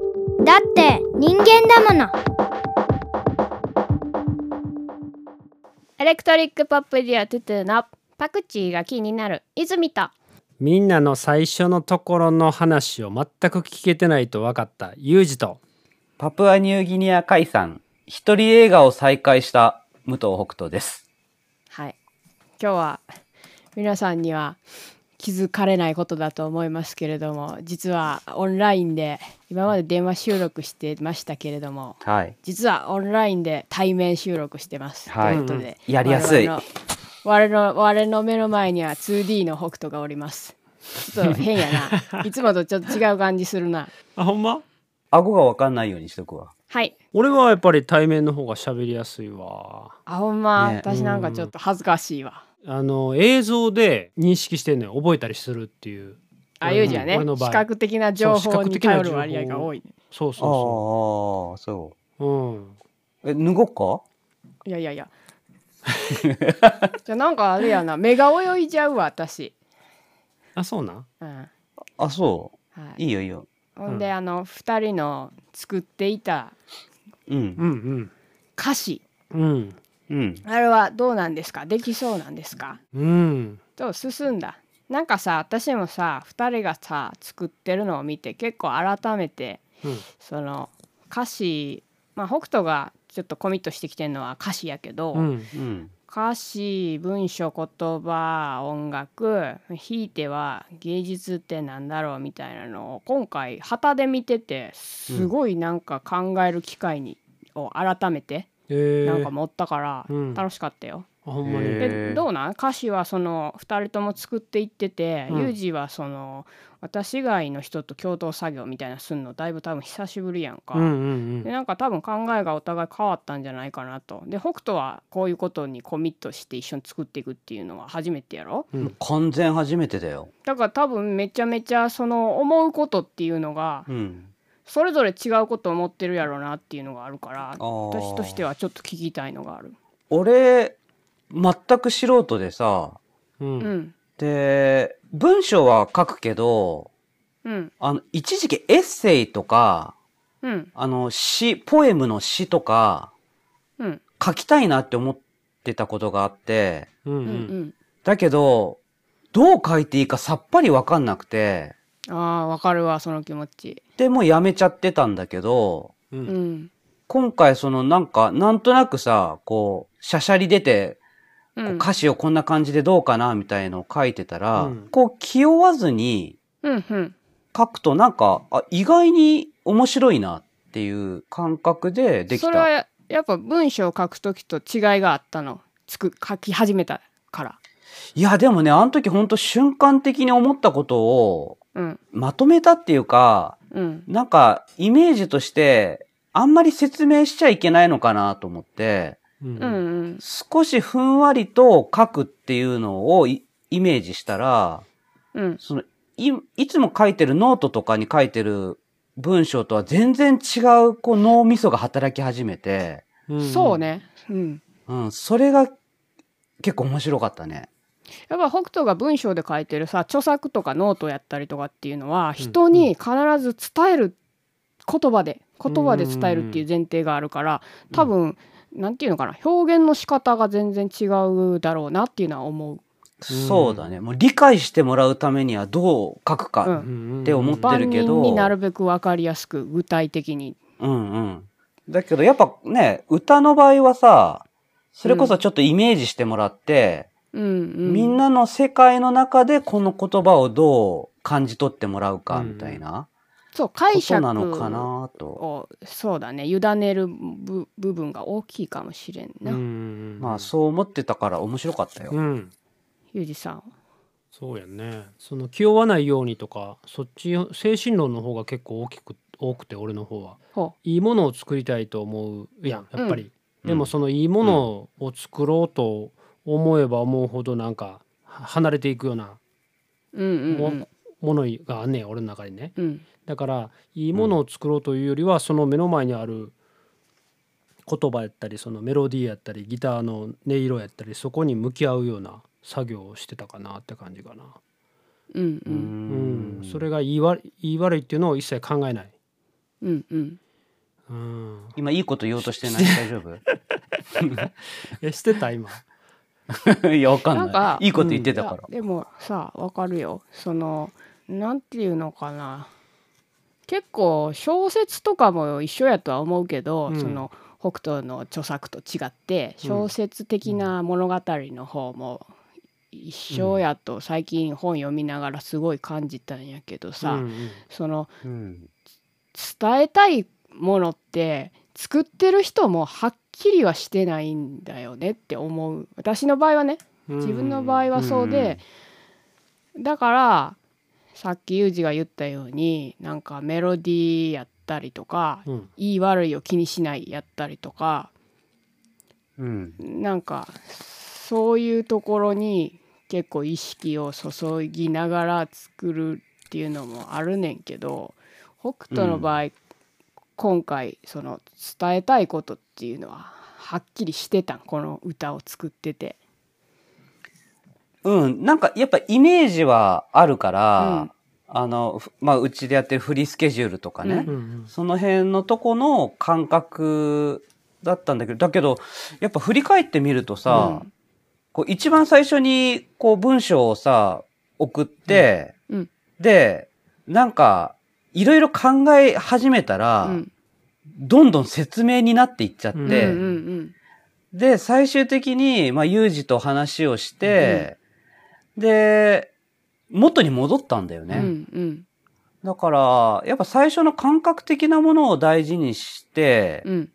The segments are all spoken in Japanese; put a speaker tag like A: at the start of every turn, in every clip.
A: って人間だもの
B: エレクトリックポップディアトゥトゥのパクチーが気になる泉と
C: みんなの最初のところの話を全く聞けてないと分かったユージと
D: パプアニューギニア海産、一人映画を再開した武藤北斗です。
B: はい今日は皆さんには気づかれないことだと思いますけれども実はオンラインで今まで電話収録してましたけれども
D: はい。
B: 実はオンラインで対面収録してます。
D: はい
B: ということで、
D: やりやすい
B: 我々の我々の我々の目の前には 2D の北斗がおります。ちょっと変や な。いつもとちょっと違う感じするな。
C: あほんま
D: 顎がわかんないようにしとくわ。
B: はい。
C: 俺はやっぱり対面の方が喋りやすいわ
B: あほんま、
D: ね
B: 私なんかちょっと恥ずかしいわ。
C: あの映像で認識してんのよ覚えたりするっていう
B: あ
C: 俺の
B: ユージはね
C: 俺の、場合
B: 視覚的な情
C: そう視
B: 報
C: 覚
B: に
C: 的な
B: 頼
C: 情報
B: る割合が多い、ね。
C: そう
D: ああ
C: そ、
D: そう
C: そううん
D: う。え、脱ごっか
B: いやいやい や。じゃあなんかあれやな、目が泳いじゃうわ私。
C: あそうなん
B: うん。は
D: あ、そう。
B: い。
D: いいよいいよ。
B: ほんで、あの二人の作っていた
D: うん。
C: うん
B: 歌詞。
C: うんうん
D: うん。
B: あれはどうなんですかできそうなんですか
C: うん
B: と進んだなんかさ私もさ2人がさ作ってるのを見て結構改めて
C: うん
B: その歌詞まあ北斗がちょっとコミットしてきてるのは歌詞やけど、
C: うん
D: うん。
B: 歌詞文章言葉音楽ひいては芸術ってなんだろうみたいなのを今回旗で見ててすごいなんか考える機会に、を改めて
C: えー、
B: なんか持ったから
C: うん
B: 楽しかったよ。
C: あほんまに、
D: へー
B: でどうなん歌詞はその2人とも作っていってて、
C: うん
B: ユージはその私以外の人と共同作業みたいなすんのだいぶ多分久しぶりやんか、
C: うんうんう
B: で
C: ん
B: なんか多分考えがお互い変わったんじゃないかなとで北斗はこういうことにコミットして一緒に作っていくっていうのは初めてやろ
C: うん
D: 完全初めてだよ。
B: だから多分めちゃめちゃその思うことっていうのが
D: うん。
B: それぞれ違うことを思ってるやろうなっていうのがあるから
D: あー
B: 私としてはちょっと聞きたいのがある。
D: 俺、全く素人でさ、
C: うん
B: う
C: うん
B: ん
D: で、文章は書くけど、
B: うん
D: あの、一時期エッセイとか、
B: うん
D: あの、詩、ポエムの詩とか、
B: うん
D: 書きたいなって思ってたことがあって、
C: うん
B: うんうん
D: だけど、どう書いていいかさっぱりわかんなくて、
B: ああわかるわその気持ち。
D: で、もうやめちゃってたんだけど、
C: うんう
B: うんん。
D: 今回そのなんか、なんとなくさ、こう、しゃしゃり出て、
B: う。
D: こうん歌詞をこんな感じでどうかなみたいのを書いてたら、
C: うん
D: こう気負わずに
B: うんうん。
D: 書くとなんか、あ、意外に面白いなっていう感覚ででき
B: それ
D: た。
B: はやっぱ文章を書くときと違いがあったの。つく書き始めたから。
D: いや、でもね、あの時ほんと瞬間的に思ったことを
B: うん
D: まとめたっていうか、
B: うん
D: なんかイメージとして、あんまり説明しちゃいけないのかなと思って、
C: うん
B: うんうん
D: 少しふんわりと書くっていうのをいイメージしたら、
B: うん
D: そのい、いつも書いてるノートとかに書いてる文章とは全然違う、こう脳みそが働き始めて、
C: うん
B: そうね。うん。
D: うん、それが結構面白かったね。
B: やっぱ北斗が文章で書いてるさ著作とかノートやったりとかっていうのは人に必ず伝える言葉で言葉で伝えるっていう前提があるから多分なんていうのかな表現の仕方が全然違うだろうなっていうのは思う。
D: そうだね。もう理解してもらうためにはどう書く
B: う
D: か
B: ん
D: って思って
B: 万
D: るけど、
B: 人になるべく分かりやすく具体的に。
D: うんうん。だけどやっぱね、歌の場合はさ、それこそちょっとイメージしてもらって、
B: うんうん、
D: みんなの世界の中でこの言葉をどう感じ取ってもらうかみたいな
B: そう
D: こ
B: 解
D: と
B: 釈
D: なのかなと。
B: をそうだね委ねる部部分が大きいかもしれんな、
C: うん
D: まあそう思ってたから面白かったよ。
C: うん
B: ゆうじさん
C: そうやねその気負わないようにとかそっち精神論の方が結構大きく多くて俺の方は
B: ほ
C: いいものを作りたいと思うやんやっぱり、
D: うん
C: でもそのいいものを作ろうと思えば思うほどなんかは離れていくような
B: ううんうんうん
C: ものがあんねん俺の中にね
B: うん
C: だからいいものを作ろうというよりはその目の前にある言葉やったりそのメロディーやったりギターの音色やったりそこに向き合うような作業をしてたかなって感じかな。
B: うんう
D: うん
C: うん
D: ん、
C: それが言い悪い言い悪いっていうのを一切考えない
B: うんうん
C: うん、
D: 今いいこと言おうとしてない大丈
C: えしてた今
D: 夫 いや、わかんない。
B: なんか
D: いいこと言ってたか
B: いやでもさわかるよそのなんていうのかな結構小説とかも一緒やとは思うけど、
C: うん
B: その北斗の著作と違って小説的な物語の方も一緒やと最近本読みながらすごい感じたんやけどさ、
C: うんうん
B: その
D: ら。うん。
B: 伝えたいものって作ってる人もはっきりはしてないんだよねって思う私の場合はね自分の場合はそうで、だからさっきユージが言ったようになんかメロディーやったりとか、
C: うん
B: いい悪いを気にしないやったりとか
D: うん。
B: なんかそういうところに結構意識を注ぎながら作るっていうのもあるねんけど北斗の場合、今回その伝えたいことっていうのははっきりしてたんこの歌を作ってて。
D: うん。なんか、やっぱイメージはあるか
B: う
D: ら
B: ん、
D: あの、ふまあ、うちでやってるフリースケジュールとかね。
B: うん
C: うんうん
D: その辺のとこの感覚だったんだけど、だけど、やっぱ振り返ってみるとさ、
B: うん
D: こう一番最初にこう文章をさ、送って、
B: うんうん
D: で、なんか、いろいろ考え始めたら、
B: うん
D: どんどん説明になっていっちゃって、
C: で
B: うんうん
D: で、最終的に、まあ、ユージと話をして、で、元に戻ったんだよ
B: う
D: ね。
B: んうんうん
D: だから、やっぱ最初の感覚的なものを大事にして、
B: うん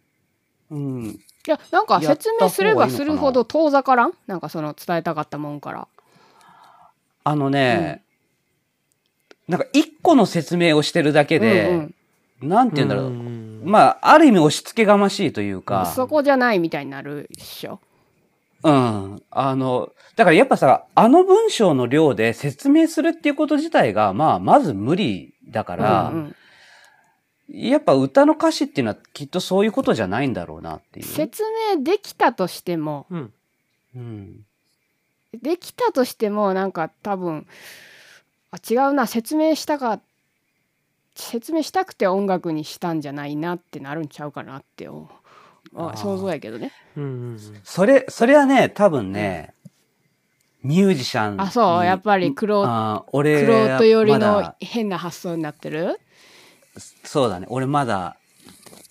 D: うん、
B: いやなんか
D: やった
B: 説明すれば
D: 方がいい
B: す
D: のかな
B: るほど遠ざからんなんかその伝えたかったもんから。
D: あのね、なんか一個の説明をしてるだけで、
B: うん
D: なんて言うんだろう、
C: ん
D: まあ、ある意味押し付けがましいという
B: うん
D: か、
B: そこじゃないみたいになるっしょ。
D: うん。あの、だからやっぱさ、あの文章の量で説明するっていうこと自体が、まあ、まず無理だから、
B: うんうん
D: やっぱ歌の歌詞っていうのはきっとそういうことじゃないんだろうなっていう。
B: 説明できたとしても
C: うん
D: うん。
B: できたとしてもなんか多分あ違うな説明したか説明したくて音楽にしたんじゃないなってなるんちゃうかなって思う
D: あ
B: あ
D: ー
B: 想像やけどね。
C: うんうん
D: それ、それはね、多分ね、ミュージシャンに。
B: あそうやっぱりクロ
D: あー俺
B: クロート寄り
D: ま
B: の
D: だ
B: 変な発想になってる
D: そうだね。俺まだ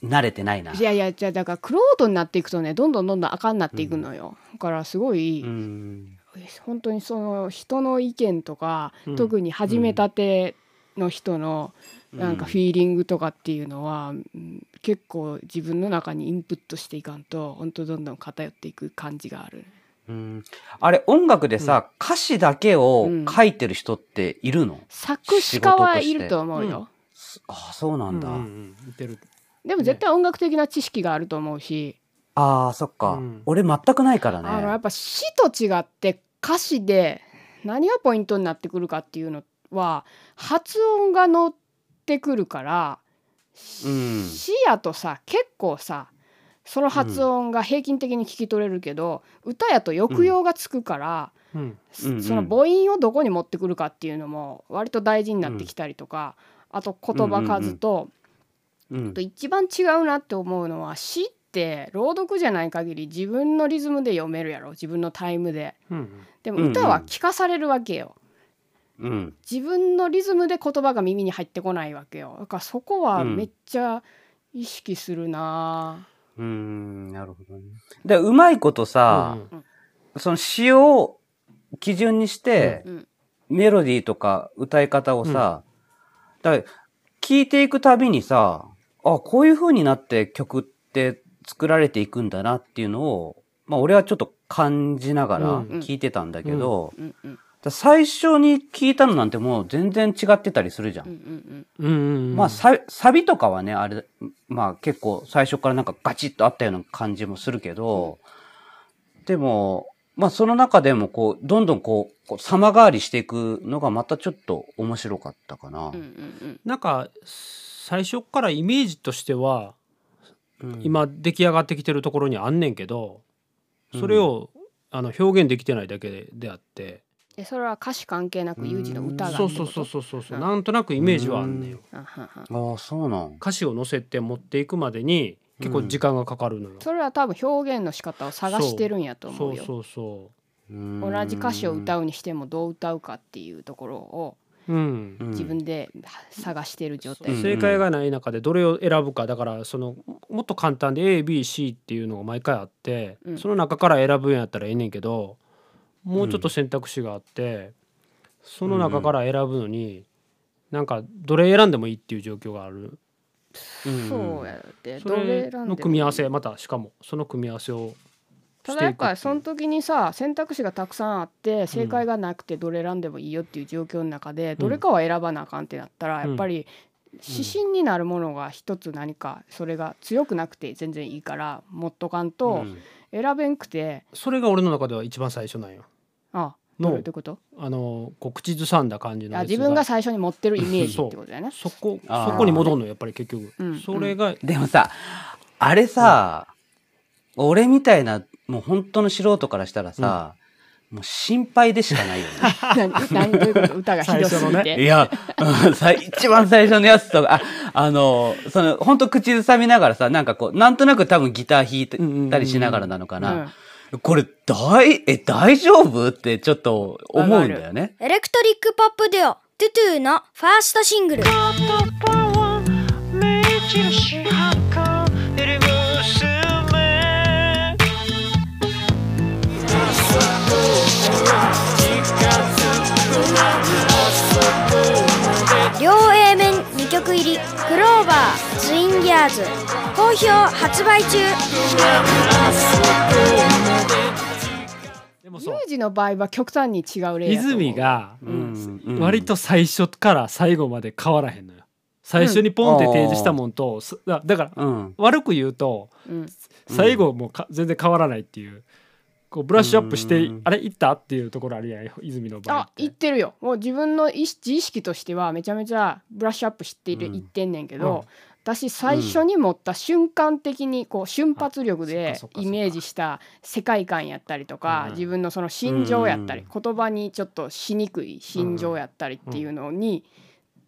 D: 慣れてないな。
B: いやいやじゃあだからクロートになっていくとねどんどんどんどんあかんなっていくのよ、だからすごい、
D: うん。
B: 本当にその人の意見とか、
C: うん
B: 特に始めたての人の
D: うん
B: なんかフィーリングとかっていうのは、うん結構自分の中にインプットしていかんと本当どんどん偏っていく感じがある。
D: うんあれ、音楽でさ、歌詞だけを書いてる人っているの、
B: 作詞家はいると思う
C: 仕事
B: よ。
D: ああ、そうなんだ。
C: うんうんうん似てる
B: でも絶対音楽的な知識があると思うし、
D: ああ、そっか、
C: うん
D: 俺全くないからね。
B: あのやっぱ詩と違って歌詞で何がポイントになってくるかっていうのは発音が乗ってくるから、
D: うん
B: 視野とさ結構さその発音が平均的に聞き取れるけど、歌やと抑揚がつくから、
C: うん
B: そ
D: うんうん
B: その母音をどこに持ってくるかっていうのも割と大事になってきたりとか、あと言葉数と、
D: うん
B: あと一番違うなって思うのは詩って朗読じゃない限り自分のリズムで読めるやろ自分のタイムで。
C: うん
B: で
D: うんう
B: も
D: ん
B: 歌は聞かされるわけよ。
D: うん。
B: 自分のリズムで言葉が耳に入ってこないわけよ。だからそこはめっちゃ意識するなぁ。
D: うん、なるほどね。で、うまいことさ、
C: うん
D: その詩を基準にして、
B: うん
D: メロディーとか歌い方をさ、だから聞いていくたびにさ、あ、こういう風になって曲って作られていくんだなっていうのを、まあ俺はちょっと感じながら
C: うん
D: 聞いてたんだけど、だか
B: うんうん
D: ら最初に聞いたのなんてもう全然違ってたりするじゃん
B: うんう。ん
C: うんうん
D: まあササビとかはね、あれ、まあ結構最初からなんかガチッとあったような感じもするけど、でも、まあその中でもこう、どんどんこう、こう様変わりしていくのがまたちょっと面白かったかな
B: うんうんう。ん
C: なんか最初からイメージとしては
D: うん、
C: 今出来上がってきてるところにあんねんけどそれをあの表現できてないだけであって
B: えそれは歌詞関係なくユージの歌が
C: そうそうそう
B: う
C: そうそうそ
B: う
C: う
B: ん
C: なんとなくイメージはあんねんよ
B: んはんはん
D: ああ、そうなん。
C: 歌詞を載せて持っていくまでに結構時間がかかるのよ、
B: それは多分表現の仕方を探してるんやと思
C: そうう
B: よ
C: そうそ
B: 同じ歌詞を歌
D: う
B: うにしてもどう歌うかっていうところを
C: ううん
D: ーん。
B: 自分で探してる状態、
D: うん
C: 正解がない中でどれを選ぶかだからそのもっと簡単で ABC っていうのが毎回あって、
B: うん
C: その中から選ぶんやったらええねんけどもうちょっと選択肢があって、その中から選ぶのになんかどれ選んでもいいっていう状況がある
D: うん
B: そうやって
C: そ
B: どれ選ん
C: れ
B: で
C: の
B: も
C: 組み合わせまたしかもその組み合わせを
B: ただやっぱりそ
C: して
B: の時にさ選択肢がたくさんあって正解がなくてどれ選んでもいいよっていう状況の中でどれかは選ばなあかんってなったら
C: うん
B: やっぱり指針になるものが一つ何かそれが強くなくて全然いいから持っとかんと
D: うん
B: 選べんくて
C: それが俺の中では一番最初なんよ
B: あど
C: の
B: ういうこと
C: あのこう口ずさんだ感じの
B: あ
C: やつ
B: 自分が最初に持ってるイメージってことだよね。
C: そこ
D: あー
C: そこに戻るのよやっぱり結局、
B: うん
C: それが
D: でもさ、あれさ、俺みたいな、もう本当の素人からしたらさ、もう心配でしかない よね。
B: 何何どういうこと歌がひどす
C: 最初
B: ぎ
C: の
B: て。
D: いや、うんさ一番最初のやつとか、あ、あの、その、本当口ずさみながらさ、なんかこう、なんとなく多分ギタ
C: うんう
D: ー
C: んうんう
D: 弾い
C: ん
D: たりしながらなのか
B: う
D: な。
B: ん
D: これ、大、え、大丈夫ってちょっと思うんだよね。
A: エレクトリックポップデュオトゥトゥのファーストシングル
E: 目印発行入り娘
A: 両 A 面2曲入りクローバーツインギアーズ好評発売中
C: でも
B: ユ
C: そう
B: ージの場合は極端に違う例やと思う
C: 泉が
D: うんうん
C: 割と最初から最後まで変わらへんのよ最初にポンって提示したもんと、すだだから
D: うん。
C: 悪く言うと
B: うん
C: 最後もか全然変わらないっていうこうブラッシュアップして、
D: うん
C: あれ行ったっていうところあるやん泉の場合
B: あ
C: っ、て
B: 言ってるよ。もう自分の意識自意識としてはめちゃめちゃブラッシュアップしている、
D: うん
B: 言ってんねんけ
C: うん
B: ど、私最初に持った瞬間的にこう瞬発力
C: あ
B: で
C: そっかそっかそっ
B: イ
C: か
B: メージした世界観やったりとか、
C: うん
B: 自分のその心情やったり、
D: う
B: 言葉にちょっとしにくい心情やったりっていうのに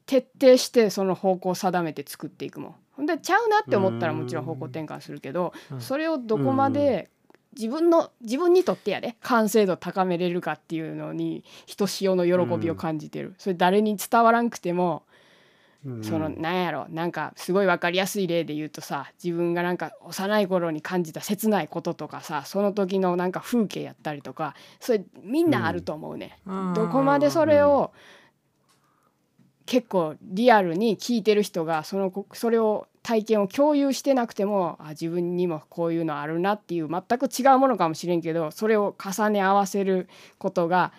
B: 徹底してその方向を定めて作っていくもん。ほんでちゃうなって思ったらもちろん方向転換するけど、
C: うん
B: それをどこまで自分の自分にとってやで完成度高めれるかっていうのにひとしおの喜びを感じてる、それ誰に伝わらんくても、
D: うん
B: その
D: うん
B: なんやろなんかすごい分かりやすい例で言うとさ自分がなんか幼い頃に感じた切ないこととかさその時のなんか風景やったりとかそれみんなあると思うね、
C: うん
B: どこまでそれを結構リアルに聞いてる人がそのこそれを体験を共有してなくてもあ自分にもこういうのあるなっていう全く違うものかもしれんけどそれを重ね合わせることが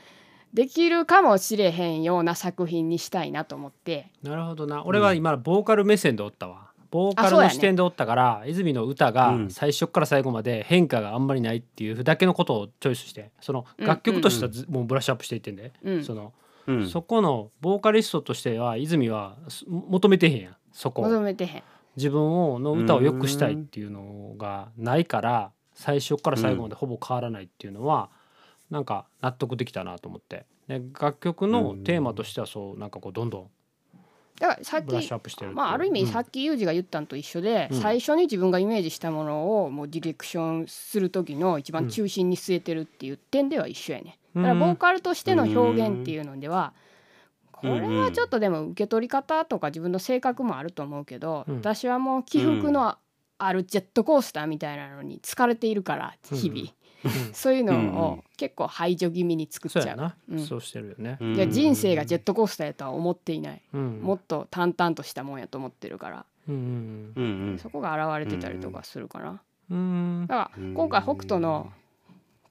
B: できるかもしれへんような作品にしたいなと思って
C: なるほどな俺は今ボーカル目線でおったわボーカ
B: あそ
C: ル
B: うやね
C: の視点でおったから、泉の歌が
D: うん
C: 最初から最後まで変化があんまりないっていうだけのことをチョイスしてその
B: うん
C: 楽曲としてはずもうブラッシュアップしていってんで、
B: うん
C: その
D: うん
C: そこのボーカリストとしては泉はす求めてへんやんそ
B: 求
C: こ
B: めてへん。
C: 自分をの歌を良くしたいっていうのがないから最初から最後までほぼ変わらないっていうのは、なんか納得できたなと思ってで楽曲のテーマとしてはそうなんかこうどんどん
B: だからさっ
C: ブラッシュアッ
B: き
C: プしてるっていう
B: まあ、ある意
C: う
B: 味
C: ん
B: さっきユージが言ったんと一緒で、
C: うん
B: 最初に自分がイメージしたものをもうディレクションする時の一番中心に据えてるっていう点では一緒やね、だからボーカルとしての表現っていうのでは、
D: うん
B: これはちょっとでも受け取り方とか自分の性格もあると思うけど、
C: うん
B: 私はもう起伏のあるジェットコースターみたいなのに疲れているから日々、
C: うん
B: そういうの
D: うん
B: を結構排除気味に作っ
C: そう
B: ちゃ
C: や
B: う。
C: な、
B: ん
C: そうしてるよね、
B: いや人生がジェ
D: 絶
B: ットコースターやとは思っていない、
C: うん、
B: もっと淡々としたもんやと思ってるから
C: うんうん
D: 対。うん
B: そこが現れてたりとかするかな。
C: うんうん
B: だから
D: うん
B: 今回北斗の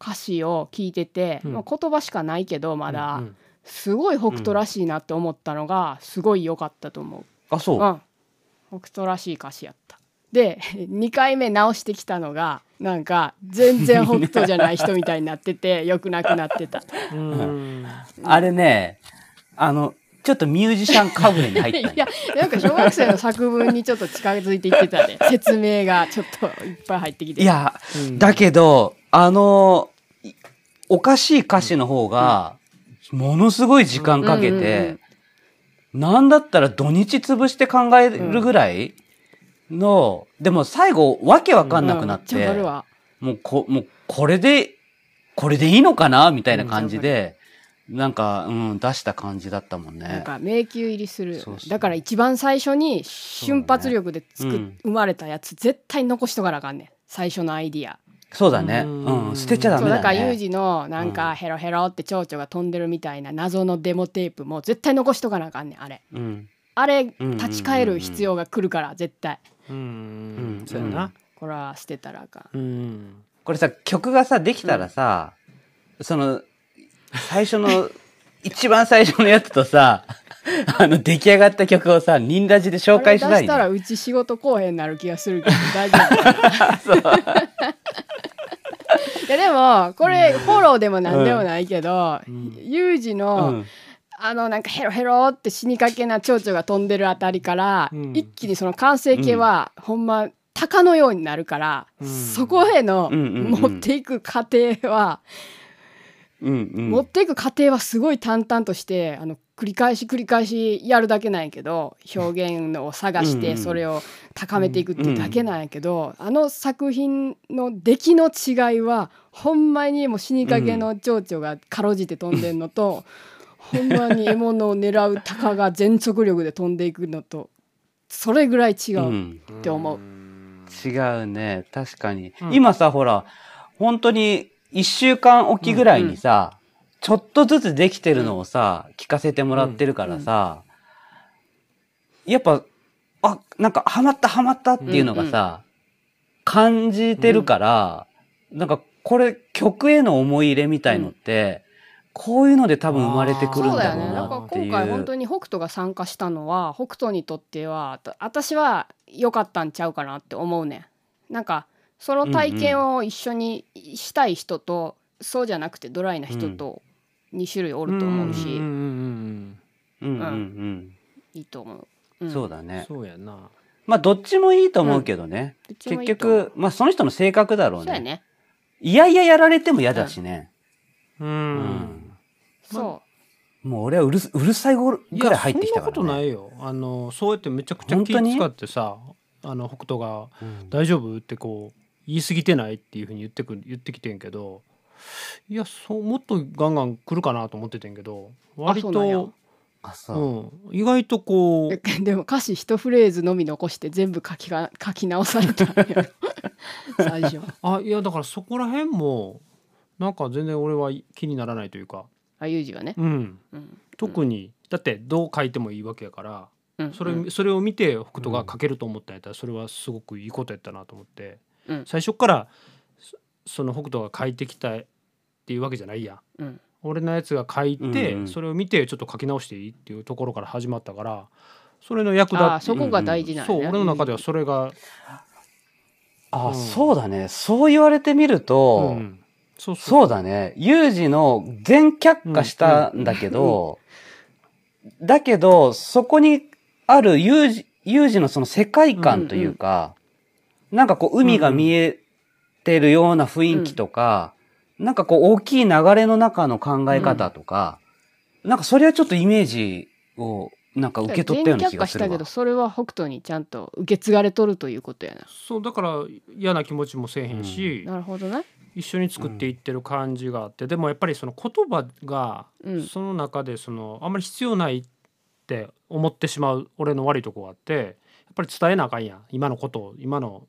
B: 歌詞を聞いてて、
C: うん
B: まあ言葉しかないけどま
C: う
B: だ
C: ん
B: すごい北斗らしいなって思ったのがすごい良かったと思
D: あ、そう
B: う。。うん、北斗らしい歌詞やった。で 2回目直してきたのがなんか全然北斗じゃない人みたいになってて 良くなくなってた。
C: うんうん
D: あれね、あの、ちょっとミュージシャンかぶれに入ったんよ
B: いやなんか小学生の作文にちょっと近づいていってたね説明がちょっといっぱい入ってきて。
D: いや、
C: うん
D: だけど、あの、いおかしい歌詞の方が、ものすごい時間かけ
B: うんうん
D: て、なんだったら土日潰して考えるぐらいの、でも最後、わけわかんなくなっ
B: うんめっちゃわ
D: て
B: か、るわ
D: もうこ、もうこれで、これでいいのかなみたいな感じで、なんか、うん、出した感じだったもん
B: なん
D: ね。
B: か迷宮入りする
D: そうそう
B: だから一番最初に瞬発力でつく、
D: そうねうん
B: 生まれたやつ絶対残しとかなあかんねん最初のアイディア
D: そうだね。
C: うん
D: うん、捨てちゃダ
B: そう
D: メ
B: だ
D: だ
B: からユー
D: ね。
B: ジのなん
D: う
B: か
D: ん
B: ヘロヘロって蝶々が飛んでるみたいな謎のデモテープも絶対残しとかなあかんねんあれ
D: うん。
B: あれ
D: うん
B: 立ち返る必要が来るから絶対
C: うん
D: うん
C: そうやな
B: これは捨てたらあかん
C: うん
D: これさ、曲がさ、できたらさ、その、最初の、 一番最初のやつ とさ、あの、出来上がった曲をさ、忍ラジで紹介し
B: あ
D: た
B: れ
D: い
B: 出したら
D: ね。
B: うち仕事こうへんなる気がする けど大丈夫 いやでもこれフォローでもなんでもないけど、ユージの、
D: うん
B: あのなんかヘロヘロって死にかけな蝶々が飛んでるあたりから、
C: うん
B: 一気にその完成形は、ほんま鷹のようになるから、
C: うん
B: そこへの
D: うんうんうん
B: 持っていく過程は、
D: うんうん。
B: 持っていく過程はすごい淡々としてあの繰り返し繰り返しやるだけなんやけど表現のを探し
D: うんう
B: て
D: ん
B: それを高めていくっていうだけなんやけど、あの作品の出来の違いはほんまにもう死にかけの蝶々がかろうじて飛んでんの と、ほんまに獲物を狙う鷹が全速力で飛んでいくのとそれぐらい違
D: う。
B: うんって思う。
D: 違うね。確かに。
C: うん
D: 今さ、ほら、本当に一週間おきぐらいにさ、ちょっとずつできてるのをさ、聞かせてもらってるからさ、やっぱ、あ、なんか、ハマったハマったっていうのがさ、感じてるから、なんか、これ、曲への思い入れみたいのって、こういうので多分生まれてくる
B: そ
D: ん
B: うだ
D: だ
B: よ
D: ろう
B: ね。なん
D: な
B: か
D: ってい
B: 今
D: う。
B: 回本当に北斗が参加したのは北斗にとってはた私は良かったんちゃうかなって思うねん。なんかその体験を一緒にしたい人と、そうじゃなくてドライな人と2種類おると思うし、
C: んん
D: うんうん
B: いいと思う。
D: うん。そう
B: だ。
D: だ
C: うんうん
D: ね。
C: そうやな
D: まあ、どっちもいいと思うけどね。
B: うちも
D: 結
B: いいと思う
D: 局、まあその人の性格だろう
B: そうや
D: ね。
B: ね。
D: いやいややられても嫌だしね。
C: う
D: うん
B: そ
D: もう俺はうるすうるさいぐらい入ってきたから、ね。
C: そんなことないよあのそうやってめちゃくちゃ気
D: 本当に
C: 使ってさあの北斗が
D: う
C: 「
D: ん
C: 大丈夫?」ってこう言い過ぎてないっていうふうに言ってく言ってきてんけどいやそうもっとガンガン来るかなと思っててんけど割
B: あそうなんや
C: と
D: あ、そう。
C: うん、意外とこう
B: う。でも歌詞一フレーズのみ残して全部書きが書き直されたんやろ最初。
C: あいやだからそこら辺もなんか全然俺は気にならないというか、
B: あユージはね。
C: うん、
B: うん
C: 特に、だってどう書いてもいいわけやから
B: うん
C: それ,、
B: うん
C: それを見て北斗が書けると思ったんやったらそれはすごくいいことやったなと思って、
B: うん
C: 最初からそその北斗が書いてきたっていうわけじゃないやん
B: うん
C: 俺のやつが書いて、
D: うんうん
C: それを見てちょっと書き直していいっていうところから始まったからそれの役立
B: ああ
C: っ
B: そこが大事なんや
C: そう
B: ね。
C: 俺の中ではそれが、
D: あ、
C: うん
D: そうだね。そう言われてみると、
C: うんそうそう
D: そうだね。ユージの全却下したんだけど、だけど、そこにあるユージ、ユージのその世界観というか、なんかこう海が見えてるような雰囲気とか、なんかこう大きい流れの中の考え方とか、なんかそれはちょっとイメージをなんか受け取ったような気がする
B: 全却下したけ
D: わ
B: ど。それは北斗にちゃんと受け継がれとるということやな
C: そうだから嫌な気持ちもせえへんし、
B: なるほどね
C: 一緒に作っていってる感じがあって、でもやっぱりその言葉が
B: うん
C: その中でそのあんまり必要ないって思ってしまう俺の悪いとこがあってやっぱり伝えなあかんやん今のことを今の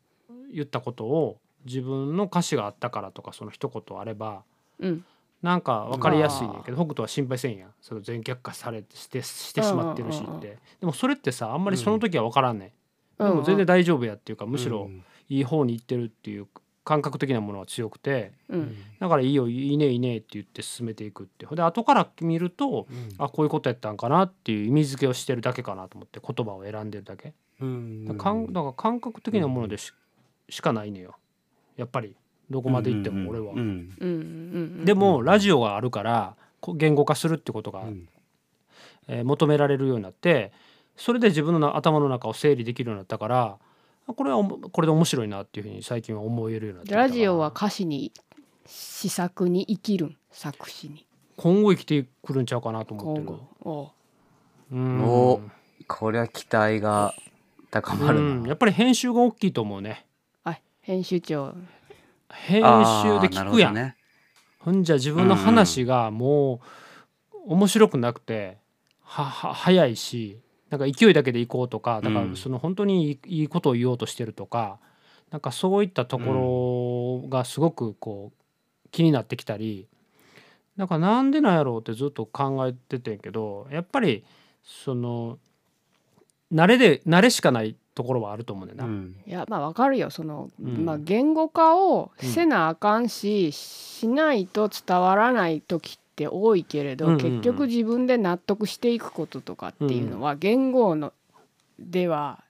C: 言ったことを自分の歌詞があったからとかその一言あれば
B: うん
C: なんか分かりやすいねんけど北斗は心配せんやんその全却下されてしてしてしまってるし
B: うんうん
C: っ
B: うんう
C: てでもそれってさあんまりその時は分からんねん、
B: うん
C: でも全然大丈夫やっていうかむし
D: う
C: ろ
D: ん
C: いい方にいってるっていう感覚的なものは強くて。
B: うん
C: だからいいよいいねいいねって言って進めていくってほんで後から見ると、あこういうことやったんかなっていう意味付けをしてるだけかなと思って言葉を選んでるだけだから,、ん、だから感覚的なものでし,、かないのよやっぱりどこまでいっても俺は。
D: うんうん
B: うんうん
C: で
B: も
C: もラジオがあるからこ言語化するってことが、
D: うん
C: えー求められるようになってそれで自分のな頭の中を整理できるようになったからあこれはおもこれで面白いなっていうふうに最近は思えるようになってきたから
B: ラジオは歌詞に詩作に生きるん作詞に
C: 今後生きてくるんちゃうかなと思って
B: 今
C: る
B: 後お
C: うん
D: おこれは期待が高まるな、
C: うんやっぱり編集が大きいと思うね
B: はい編集長
C: 編
D: あー
C: 集で聞くやん
D: なる
C: ほんじゃ自分の話がもう面白くなくてはは早いしなんか勢いだけで行こうとかだか
D: うん
C: らその本当にいいいいことを言おうとしてるとかなんかそういったところがすごくこう気になってきたりなんかなんでなんやろうってずっと考えててんけどやっぱりその慣れで慣れしかないところはあると思うねんだ
D: ほど
C: よな。
D: ね
B: いやまあわかるよその、
C: うん
B: まあ、言語化をせなあかんし、しないと伝わらない時って多いけれど、
C: うんうんうん
B: 結局自分で納得していくこととかっていうのは言語のでは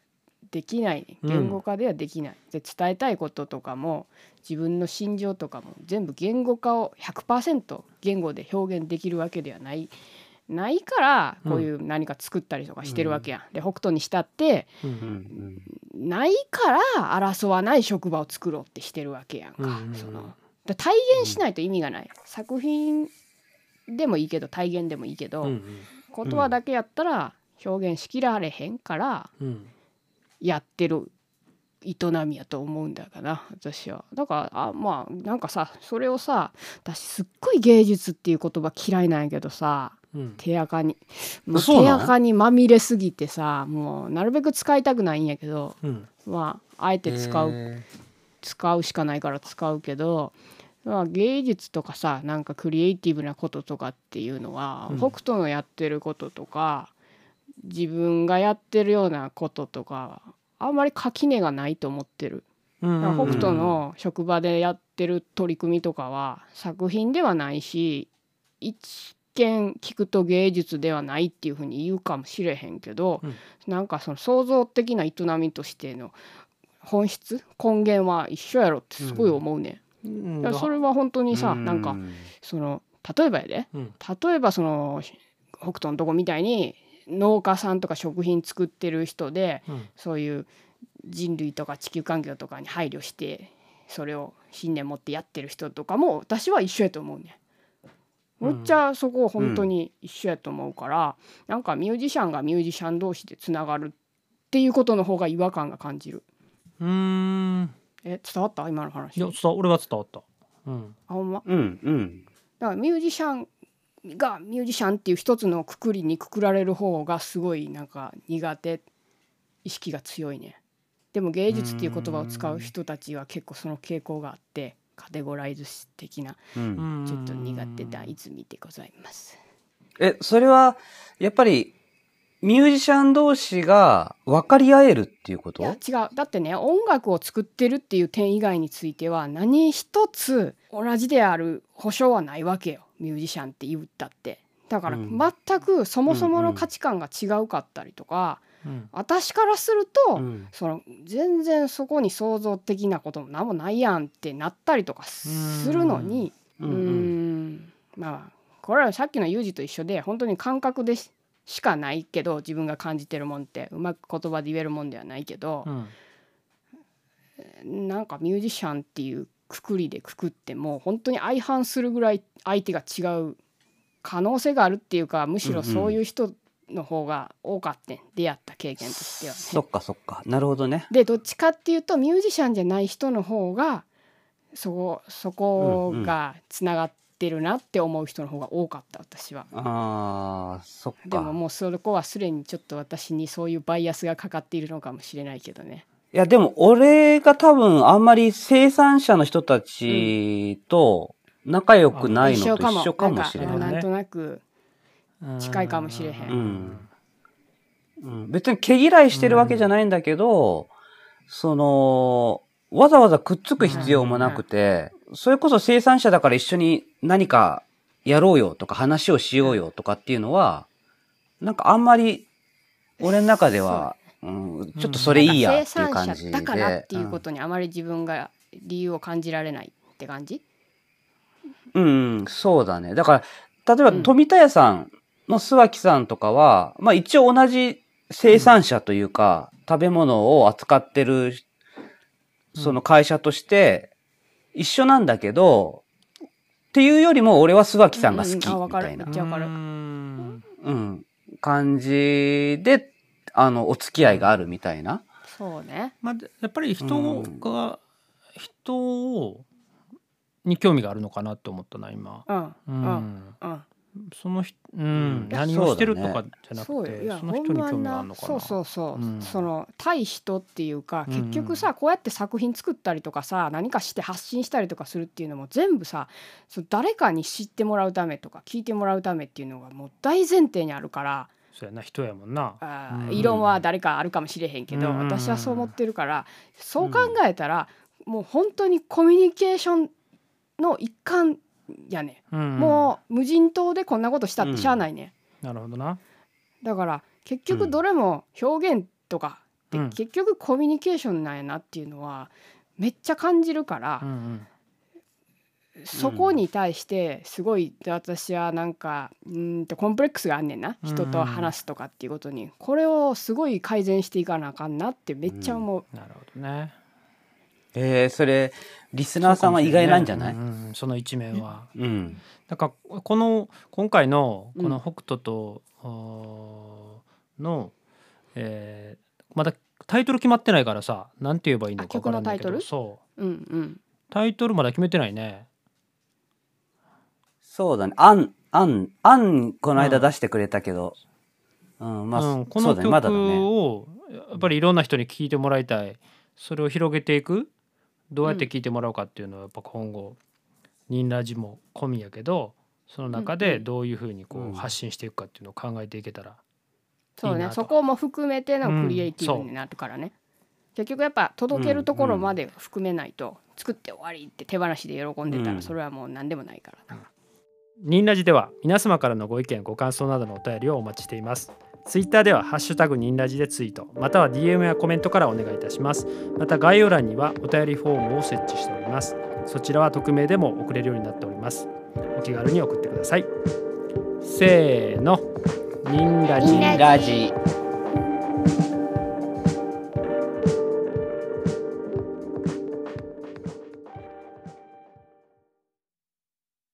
B: できない、
C: うん
B: 言語化ではできないで伝えたいこととかも自分の心情とかも全部言語化を100%言語で表現できるわけではない。ないからこういう何か作ったりとかしてるわけやん、で北斗にしたって
C: うん
D: うんうん
B: ないから争わない職場を作ろうってしてるわけやんか、
C: うんうんうん
B: そのだ体現しないと意味がない、作品でもいいけど体現でもいいけど、
C: うん
B: 言葉だけやったら表現しきられへんから
C: うんうん
B: やってる営みやと思うんだよな私はだからあまあなんかさそれをさ私すっごい芸術っていう言葉嫌いなんやけどさ
C: うん
B: 手垢にもう
D: そう
B: 手
D: なん
B: 垢にまみれすぎてさもうなるべく使いたくないんやけど
C: うん
B: まああえて使う、
D: へ
B: 使うしかないから使うけど、まあ、芸術とかさなんかクリエイティブなこととかっていうのは、
C: うん
B: 北斗のやってることとか自分がやってるようなこととかあんまり垣根がないと思ってる。
C: うん
B: だから北斗の職場でやってる取り組みとかは作品ではないし一見聞くと芸術ではないっていうふうに言うかもしれへんけど、
C: うん
B: なんかその創造的な営みとしての本質根源は一緒やろってすごい思うね、
C: うん
B: ん、だからそれは本当
D: ー
B: にさ、
D: う
B: なんかその例えばやで
C: うん
B: 例えばその北斗のとこみたいに農家さんとか食品作ってる人で、
C: うん
B: そういう人類とか地球環境とかに配慮してそれを信念持ってやってる人とかも私は一緒やと思うね。
C: うん
B: むっちゃそこ本当に一緒やと思うから、なんかミュージシャンがミュージシャン同士でつながるっていうことの方が違和感が感じる。
C: うーん
B: え伝わった今の話。
C: いや
B: あ
C: 伝わ俺は伝わった。うん。
B: ほんま。
D: うんうん
B: だからミュージシャンがミュージシャンっていう一つのくくりにくくられる方がすごいなんか苦手意識が強いねでも芸術っていう言葉を使う人たちは結構その傾向があってカテゴライズ的な
D: うん
B: ちょっと苦手な泉でございます
D: え、それは、やっぱり、ミュージシャン同士が分かり合えるっていうこ
B: い
D: と
B: や違うだってね音楽を作ってるっていう点以外については何一つ同じである保証はないわけよミュージシャンって言ったってだから
D: うん
B: 全くそもそもの価値観が違うかったりとか、
C: うん。
B: 私からすると、
D: うん
B: その全然そこに創造的なことも何もないやんってなったりとかするのにう
D: う
B: ーん
D: んうん
B: まあこれはさっきのユージと一緒で本当に感覚でししかないけど自分が感じてるもんってうまく言葉で言えるもんではないけど
C: う、ん。
B: なんかミュージシャンっていうくくりでくくっても本当に相反するぐらい相手が違う可能性があるっていうかむしろそういう人の方が多かったん出会った経験としてはね。
D: そっかそっか。なるほどね。
B: でどっちかっていうとミュージシャンじゃない人の方がそこそこがつながってるなって思う人の方が多かった私は。
D: あー、そっ
B: でも
D: か。
B: もうそこはすでにちょっと私にそういうバイアスがかかっているのかもしれないけどね。
D: いや、でも俺が多分あんまり生産者の人たちと仲良くないのと一緒かもしれ
B: ん
D: な
B: か
D: い。
B: なんとなく近いかもしれへん
D: うんうん別に毛嫌いしてるわけじゃないんだけど、その、わざわざくっつく必要もなくて、それこそ生産者だから一緒に何かやろうよとか話をしようよとかっていうのは、なんかあんまり、俺の中では、うん、ちょっとそれいい
B: 生
D: やっていう
B: 産
D: 感
B: 者
D: じ
B: だからっ
D: で
B: て。いうことにあまり自分が理由を感じられないって感じ
D: うん、そうだね。だから、例えば
B: うん
D: 富田屋さんの諏訪木さんとかは、まあ一応同じ生産者というか、食べ物を扱ってる、その会社として一緒なんだけど、っていうよりも、俺は須垣さんが好きみ
B: うんうんあわかる
D: たいな
B: めっ、ちゃわかる
C: うん
D: うん、感じで、あの、お付き合いがあるみたいな。
B: そうね
C: まあ、でやっぱり人
D: うん
C: が、人をに興味があるのかなって思ったな今、
B: うん
C: う
B: うん
C: ん
B: うん
C: その人、うん
D: ん
C: 何をしてると
D: そう
C: か
D: だね
C: じゃな
B: そ
C: く
B: う
C: て
B: よ
C: そ,、
B: いや
C: の人に興味があるのか
B: ほんま
C: な
B: なそうそうそう、
C: うん
B: その対人っていうか
C: うんうん
B: 結局さ、こうやって作品作ったりとかさ何かして発信したりとかするっていうのも全部さそう誰かに知ってもらうためとか聞いてもらうためっていうのがもう大前提にあるから
C: そうやな人やもんな
B: あー
C: うん
B: 異論は誰かあるかもしれへんけど、
C: うん
B: 私はそう思ってるからそう考えたら、もう本当にコミュニケーションの一環やね、
C: うん
B: もう無人島でこんなことしたってしゃあないね、
C: なるほどな
B: だから結局どれも表現とかって
C: うん
B: 結局コミュニケーションなんやなっていうのはめっちゃ感じるから、
C: うんうん
B: そこに対してすごい私はなんかうーんとコンプレックスがあんねんな
C: うん
B: 人と話すとかっていうことにこれをすごい改善していかなあかんなってめっちゃ思う、
C: なるほどね
D: えー、それ、リスナーさんは意外なんじゃない
C: うんうんその一面は
D: うん。
C: だからこの今回の
B: うん
C: この北斗と、おーの、えーまだタイトル決まってないからさなんて言えばいいの
B: あ
C: か分からんだけど
B: 曲のタイトル
C: そう
B: うん、うん
C: タイトルまだ決めてないね
D: そうだね。あん、あん、あん、この間出してくれたけど。うん、まあ、
C: うん、こ
D: そ
C: の
D: うだね、まだ
C: 曲
D: だね。
C: をやっぱりいろんな人に聴いてもらいたいそれを広げていくどうやって聴いてもらうかっていうのはやっぱ今後ニンラジも込みやけどその中
B: うん
C: で
B: うん
C: どういうふうにこ
D: うん
C: う発信していくかっていうのを考えていけたら、
B: そう
C: いい
B: ね
C: なと
B: そこも含めてのクリエイティブになるからね、結局やっぱ届けるところまで含めないと作って終わりって手放しで喜んでた
D: う
B: ら
D: ん
B: それはもう何でもないからな。
C: ニンラジでは皆様からのご意見ご感想などのお便りをお待ちしていますツイッターではハッシュタグニンラジでツイートまたは DM やコメントからお願いいたしますまた概要欄にはお便りフォームを設置しておりますそちらは匿名でも送れるようになっておりますお気軽に送ってくださいせーのニンラジ
A: ニンラジ
D: ラジ。